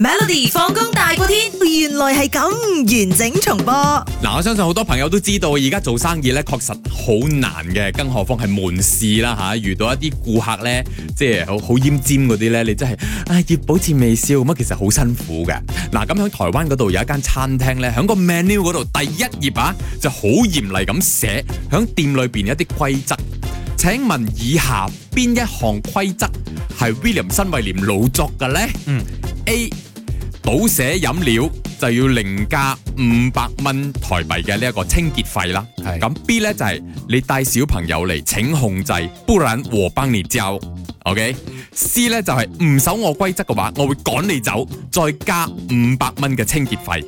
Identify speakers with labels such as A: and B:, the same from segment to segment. A: Melody 放工大過天，原來係咁完整重播。
B: 嗱，我相信好多朋友都知道，而家做生意咧確實好難嘅，更何況係門市啦嚇。遇到一啲顧客咧，即係好好奄尖嗰啲咧，你真係啊要保持微笑咁啊，其實好辛苦嘅。嗱，咁喺台灣嗰度有一間餐廳咧，喺個 menu 嗰度第一頁啊就好嚴厲咁寫，喺店裏邊一啲規則。請問以下邊一項規則係 William 新威廉老作嘅呢？嗯，A 倒瀉飲料就要另加五百蚊台幣嘅呢一個清潔費啦。
C: 係
B: 咁 B 呢，就係、你帶小朋友嚟請控制，不然我幫你教。OK。C 呢，就係唔守我規則嘅話，我會趕你走，再加五百蚊嘅清潔費。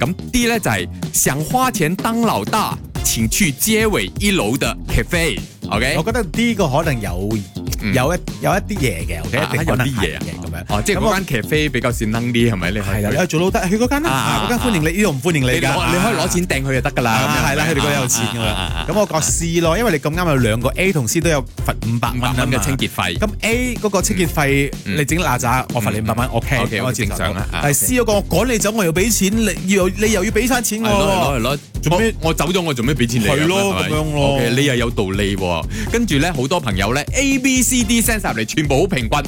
B: 咁 D 呢，就係、想花錢當老大，請去街尾一樓的 cafe。OK。
C: 我覺得呢個可能有
B: 嗯
C: 有一有一啲嘢嘅，OK，
B: 啊
C: 一定可能
B: 有啲嘢
C: 係嘅咁樣。
B: 哦，即係
C: 咁我
B: 嗰間 cafe 比較善能啲，係咪？你
C: 係啦，你
B: 去
C: 去做老得去嗰間啦，
B: 啊
C: 啊嗰間
B: 啊
C: 歡迎你，呢度唔歡迎你
B: 你
C: 㗎。
B: 攞你可以
C: 啊
B: 攞錢掟佢就得㗎啦。咁
C: 啊，
B: 樣
C: 係啦，佢哋覺得有錢㗎
B: 啊啊啊
C: 啦
B: 啊。
C: 咁我講 C 咯，因為你咁啱有兩個 A 同 C 都有罰五百
B: 五
C: 蚊
B: 百蚊
C: 啊嘛
B: 嘅清。潔費。
C: 咁 A 嗰個清潔費
B: 嗯
C: 你整邋遢，我罰你五百蚊，OK，
B: OK，
C: 我接受
B: 正常啊啊
C: 但係 C 嗰個我趕你走，我又俾錢，你要你又要俾翻錢
B: 係啊攞嚟攞
C: 我
B: 嚟
C: 喎。
B: 攞嚟，
C: 做咩
B: 我我走咗，我做咩俾錢你啊？
C: 係咯
B: 係咪
C: 咁樣咯
B: OK，你又有道理喎。跟住咧，好多朋友咧 A、B、C、D send 晒入嚟，全部好平均，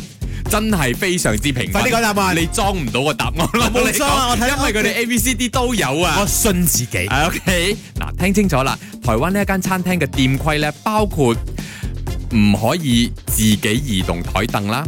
B: 真係非常之平均。
C: 快啲講答案
B: 你裝唔到個答案啦！
C: 我冇
B: 同你講
C: 裝啊我睇
B: 因為佢哋 A、B、C、D 都有啊。
C: 我信自己。
B: 係啊 OK，嗱，聽清楚啦，台灣呢一間餐廳嘅店規咧，包括唔可以自己移動台凳啦。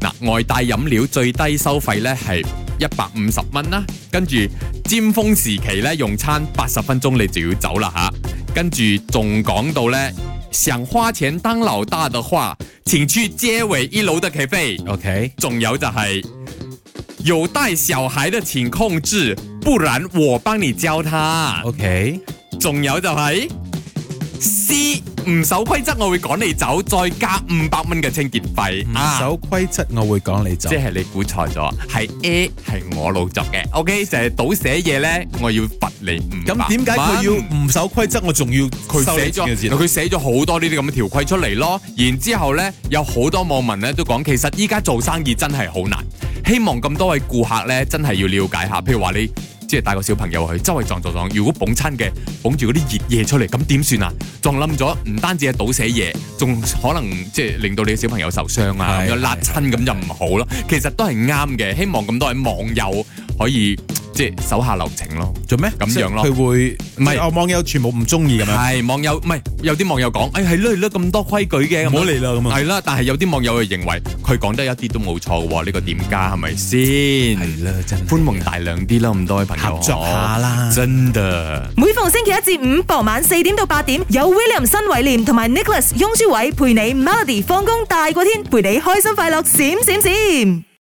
B: 嗱，外帶飲料最低收費咧係一百五十蚊啦，跟住尖峰時期咧用餐八十分鐘你就要走啦吓，跟住仲講到咧，想花錢當老大的話，請去街尾一樓的 cafe。
C: OK。
B: 仲有就係、有帶小孩的請控制，不然我幫你教他。
C: OK，
B: 仲有就係、C 唔守規則，我會趕你走，再加五百蚊嘅清潔費
C: 唔
B: 啊！
C: 守規則，我會講你走
B: 即。係你估錯咗，係 A 係我老作嘅，OK 就係倒寫嘢咧，我要罰你五
C: 咁點解佢要唔守規則，我仲要
B: 佢
C: 佢
B: 寫咗，佢寫咗好多呢啲咁嘅條規出嚟咯。然之後呢，有好多網民呢都講，其實依家做生意真係好難。希望咁多位顧客呢，真係要了解下。譬如話你即係帶個小朋友去周圍撞撞撞，如果捧親嘅捧住嗰啲熱嘢出嚟，咁點算啊？撞冧咗，唔單止係倒瀉嘢，仲可能即係令到你嘅小朋友受傷啊，
C: 係
B: 咁樣辣親咁就唔好咯。其實都係啱嘅，希望咁多位網友可以即係手下留情咯。
C: 做咩？
B: 咁樣咯
C: 即係佢會
B: 唔
C: 唔
B: 係
C: 係我網友全部唔中意咁樣，
B: 係網友，唔係有啲網友講，哎誒係咯係咯咁多規矩嘅，咁樣
C: 唔好嚟啦咁啊。
B: 係啦，但係有啲網友就認為佢講得一啲都冇錯喎，呢、個店家係咪先？
C: 啦，真
B: 寬宏大量啲啦，咁多位朋友
C: 合作下啦
B: 真的。
A: 每逢星期一至五傍晚四點到八點，有 William 新偉廉同埋 Nicholas 雍舒偉陪你 Melody 放工大過天，陪你開心快樂閃閃閃。